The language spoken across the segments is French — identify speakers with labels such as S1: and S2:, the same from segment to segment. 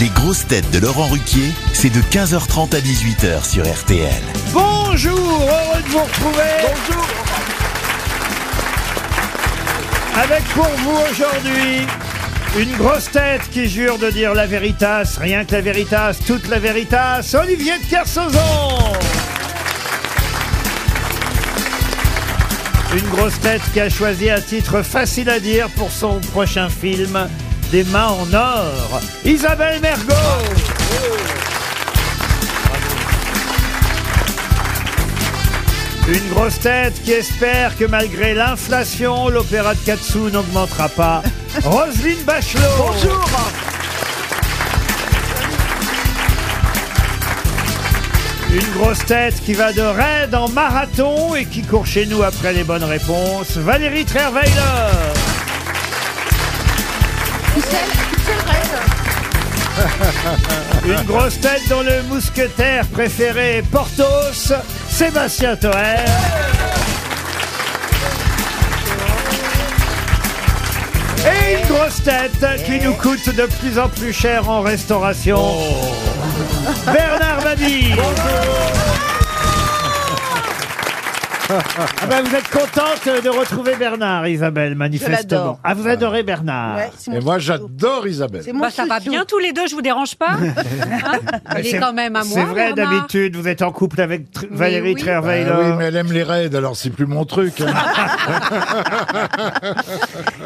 S1: Les grosses têtes de Laurent Ruquier, c'est de 15h30 à 18h sur RTL.
S2: Bonjour, heureux de vous retrouver. Bonjour. Avec pour vous aujourd'hui une grosse tête qui jure de dire la véritas, rien que la véritas, toute la véritas, Olivier de Kersauzon. Une grosse tête qui a choisi un titre facile à dire pour son prochain film, Des mains en or, Isabelle Mergot. Une grosse tête qui espère que malgré l'inflation, l'opéra de Katsu n'augmentera pas. Roselyne Bachelot. Bonjour. Une grosse tête qui va de raid en marathon et qui court chez nous après les bonnes réponses. Valérie Trierweiler. Une grosse tête dont le mousquetaire préféré est Porthos, Sébastien Toer. Et une grosse tête qui nous coûte de plus en plus cher en restauration. Bernard Mabille. Ah ben, vous êtes contente de retrouver Bernard, Isabelle, manifestement.
S3: l'adore.
S2: Ah, vous adorez Bernard.
S3: Ouais, c'est mon
S4: Et moi,
S3: chouchou.
S4: j'adore Isabelle.
S3: C'est mon
S5: Bah, ça va
S3: chouchou.
S5: bien tous les deux, je vous dérange pas Hein Il est
S2: C'est-
S5: quand même à moi.
S2: C'est vrai,
S5: Bernard.
S2: d'habitude, vous êtes en couple avec Tr- Valérie
S5: oui.
S4: Ah
S2: Trierweiler.
S6: euh,
S4: oui, mais elle aime les raids, alors c'est plus mon truc. hein.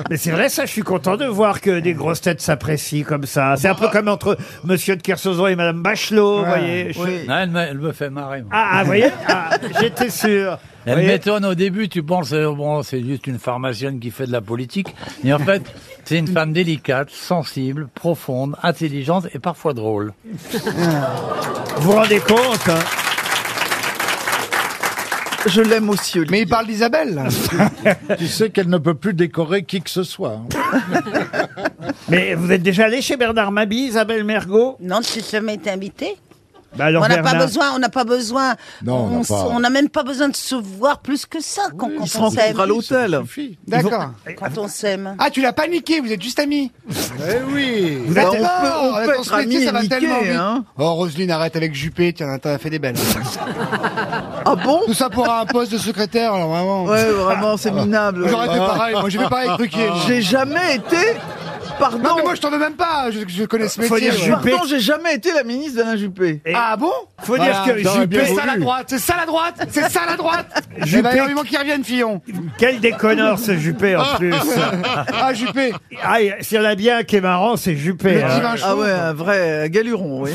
S2: Mais c'est vrai, ça, je suis content de voir que des grosses têtes s'apprécient comme ça. C'est un peu comme entre Monsieur de Kersauzon et Madame Bachelot, vous voyez. Je-
S7: Non, elle, me, elle me fait marrer. moi.
S2: Ah, ah, vous voyez Ah, J'étais sûr. Vous
S7: Elle
S2: voyez
S7: m'étonne au début, tu penses, euh, bon, c'est juste une pharmacienne qui fait de la politique. Mais en fait, c'est une femme délicate, sensible, profonde, intelligente et parfois drôle.
S2: Vous vous rendez compte hein
S6: Bah, Je l'aime aussi, Olivier. Mais il parle d'Isabelle.
S4: tu sais qu'elle ne peut plus décorer qui que ce soit. hein.
S2: Mais vous êtes déjà allé chez Bernard Mabille, Isabelle Mergot
S3: Non, je n'ai jamais été invitée.
S2: Bah alors,
S3: On n'a pas
S2: Bernard-
S3: besoin, on n'a pas besoin.
S4: Non, on n'a
S3: on s-
S4: pas-
S3: on n'a même pas besoin de se voir plus que ça quand, quand on s'aime.
S6: à l'hôtel.
S4: Fille.
S6: D'accord.
S3: Quand on s'aime.
S6: Ah, tu l'as paniqué, vous êtes juste amis.
S4: Eh oui.
S2: Vous êtes-
S6: on peut être amis ça va tellement vite.
S8: hein.
S6: Oh, Roselyne, arrête avec Juppé, tiens, t'en as fait des belles. ah bon Tout ça pour un poste de secrétaire, alors vraiment. Ouais, vraiment, c'est minable. J'aurais fait pareil, moi j'ai
S4: Ah.
S6: fait pareil avec Ruquier. J'ai jamais été... Pardon. Non, mais moi je t'en veux même pas, je, je connais ce
S2: Faut
S6: métier.
S2: dire Juppé.
S8: Pardon, j'ai jamais été la ministre d'Alain Juppé.
S2: Et-
S6: Ah bon
S2: Faut dire que
S4: j'aurais bien
S2: Juppé,
S4: voulu.
S6: droite, c'est ça la droite, c'est ça la droite.
S2: Juppé.
S6: Eh
S4: Ah,
S6: ben,
S4: bah,
S6: alors, il manque qu'ils reviennent, Fillon.
S2: quel déconneur ce Juppé en plus.
S6: Ah, Juppé,
S2: Ah, et s'il y en a bien un qui est marrant, c'est Juppé.
S6: le
S2: hein.
S6: divin chou.
S8: Ah ouais, un vrai galuron, oui.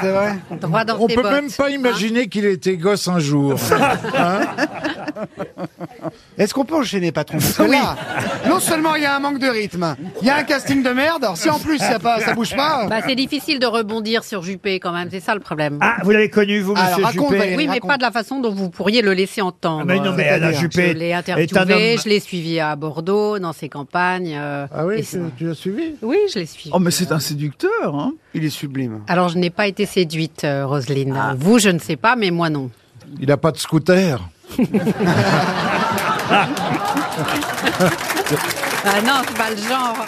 S6: C'est vrai.
S5: Droit dans
S4: On
S5: tes
S4: peut
S5: bottes.
S4: même pas imaginer qu'il était gosse un jour.
S6: Est-ce qu'on peut enchaîner, patron Parce que là, non seulement il y a un manque de rythme, il y a un casting de merde, alors si en plus il y a pas, ça bouge pas.
S5: Bah, c'est difficile de rebondir sur Juppé quand même, c'est ça le problème.
S2: Ah, vous l'avez connu, vous,
S6: Alors,
S2: monsieur
S6: raconte,
S2: Juppé
S6: Valérie.
S5: oui, mais
S6: raconte.
S5: pas de la façon dont vous pourriez le laisser entendre.
S2: Ah, mais non, mais Alain
S5: C'est-à-dire,
S2: Juppé
S5: Je l'ai
S2: est un
S5: interviewé,
S2: homme-
S5: je l'ai suivi à Bordeaux, dans ses campagnes. euh,
S4: Ah
S5: et
S4: oui,
S5: c'est-
S4: tu, tu l'as suivi
S5: Oui, je l'ai suivi.
S8: Oh, mais c'est un séducteur, hein.
S6: Il est sublime.
S5: Alors, je n'ai pas été séduite, euh, Roselyne.
S2: Ah.
S5: Vous, je ne sais pas, mais moi non.
S4: Il a pas de scooter.
S5: Ah non, c'est pas le genre.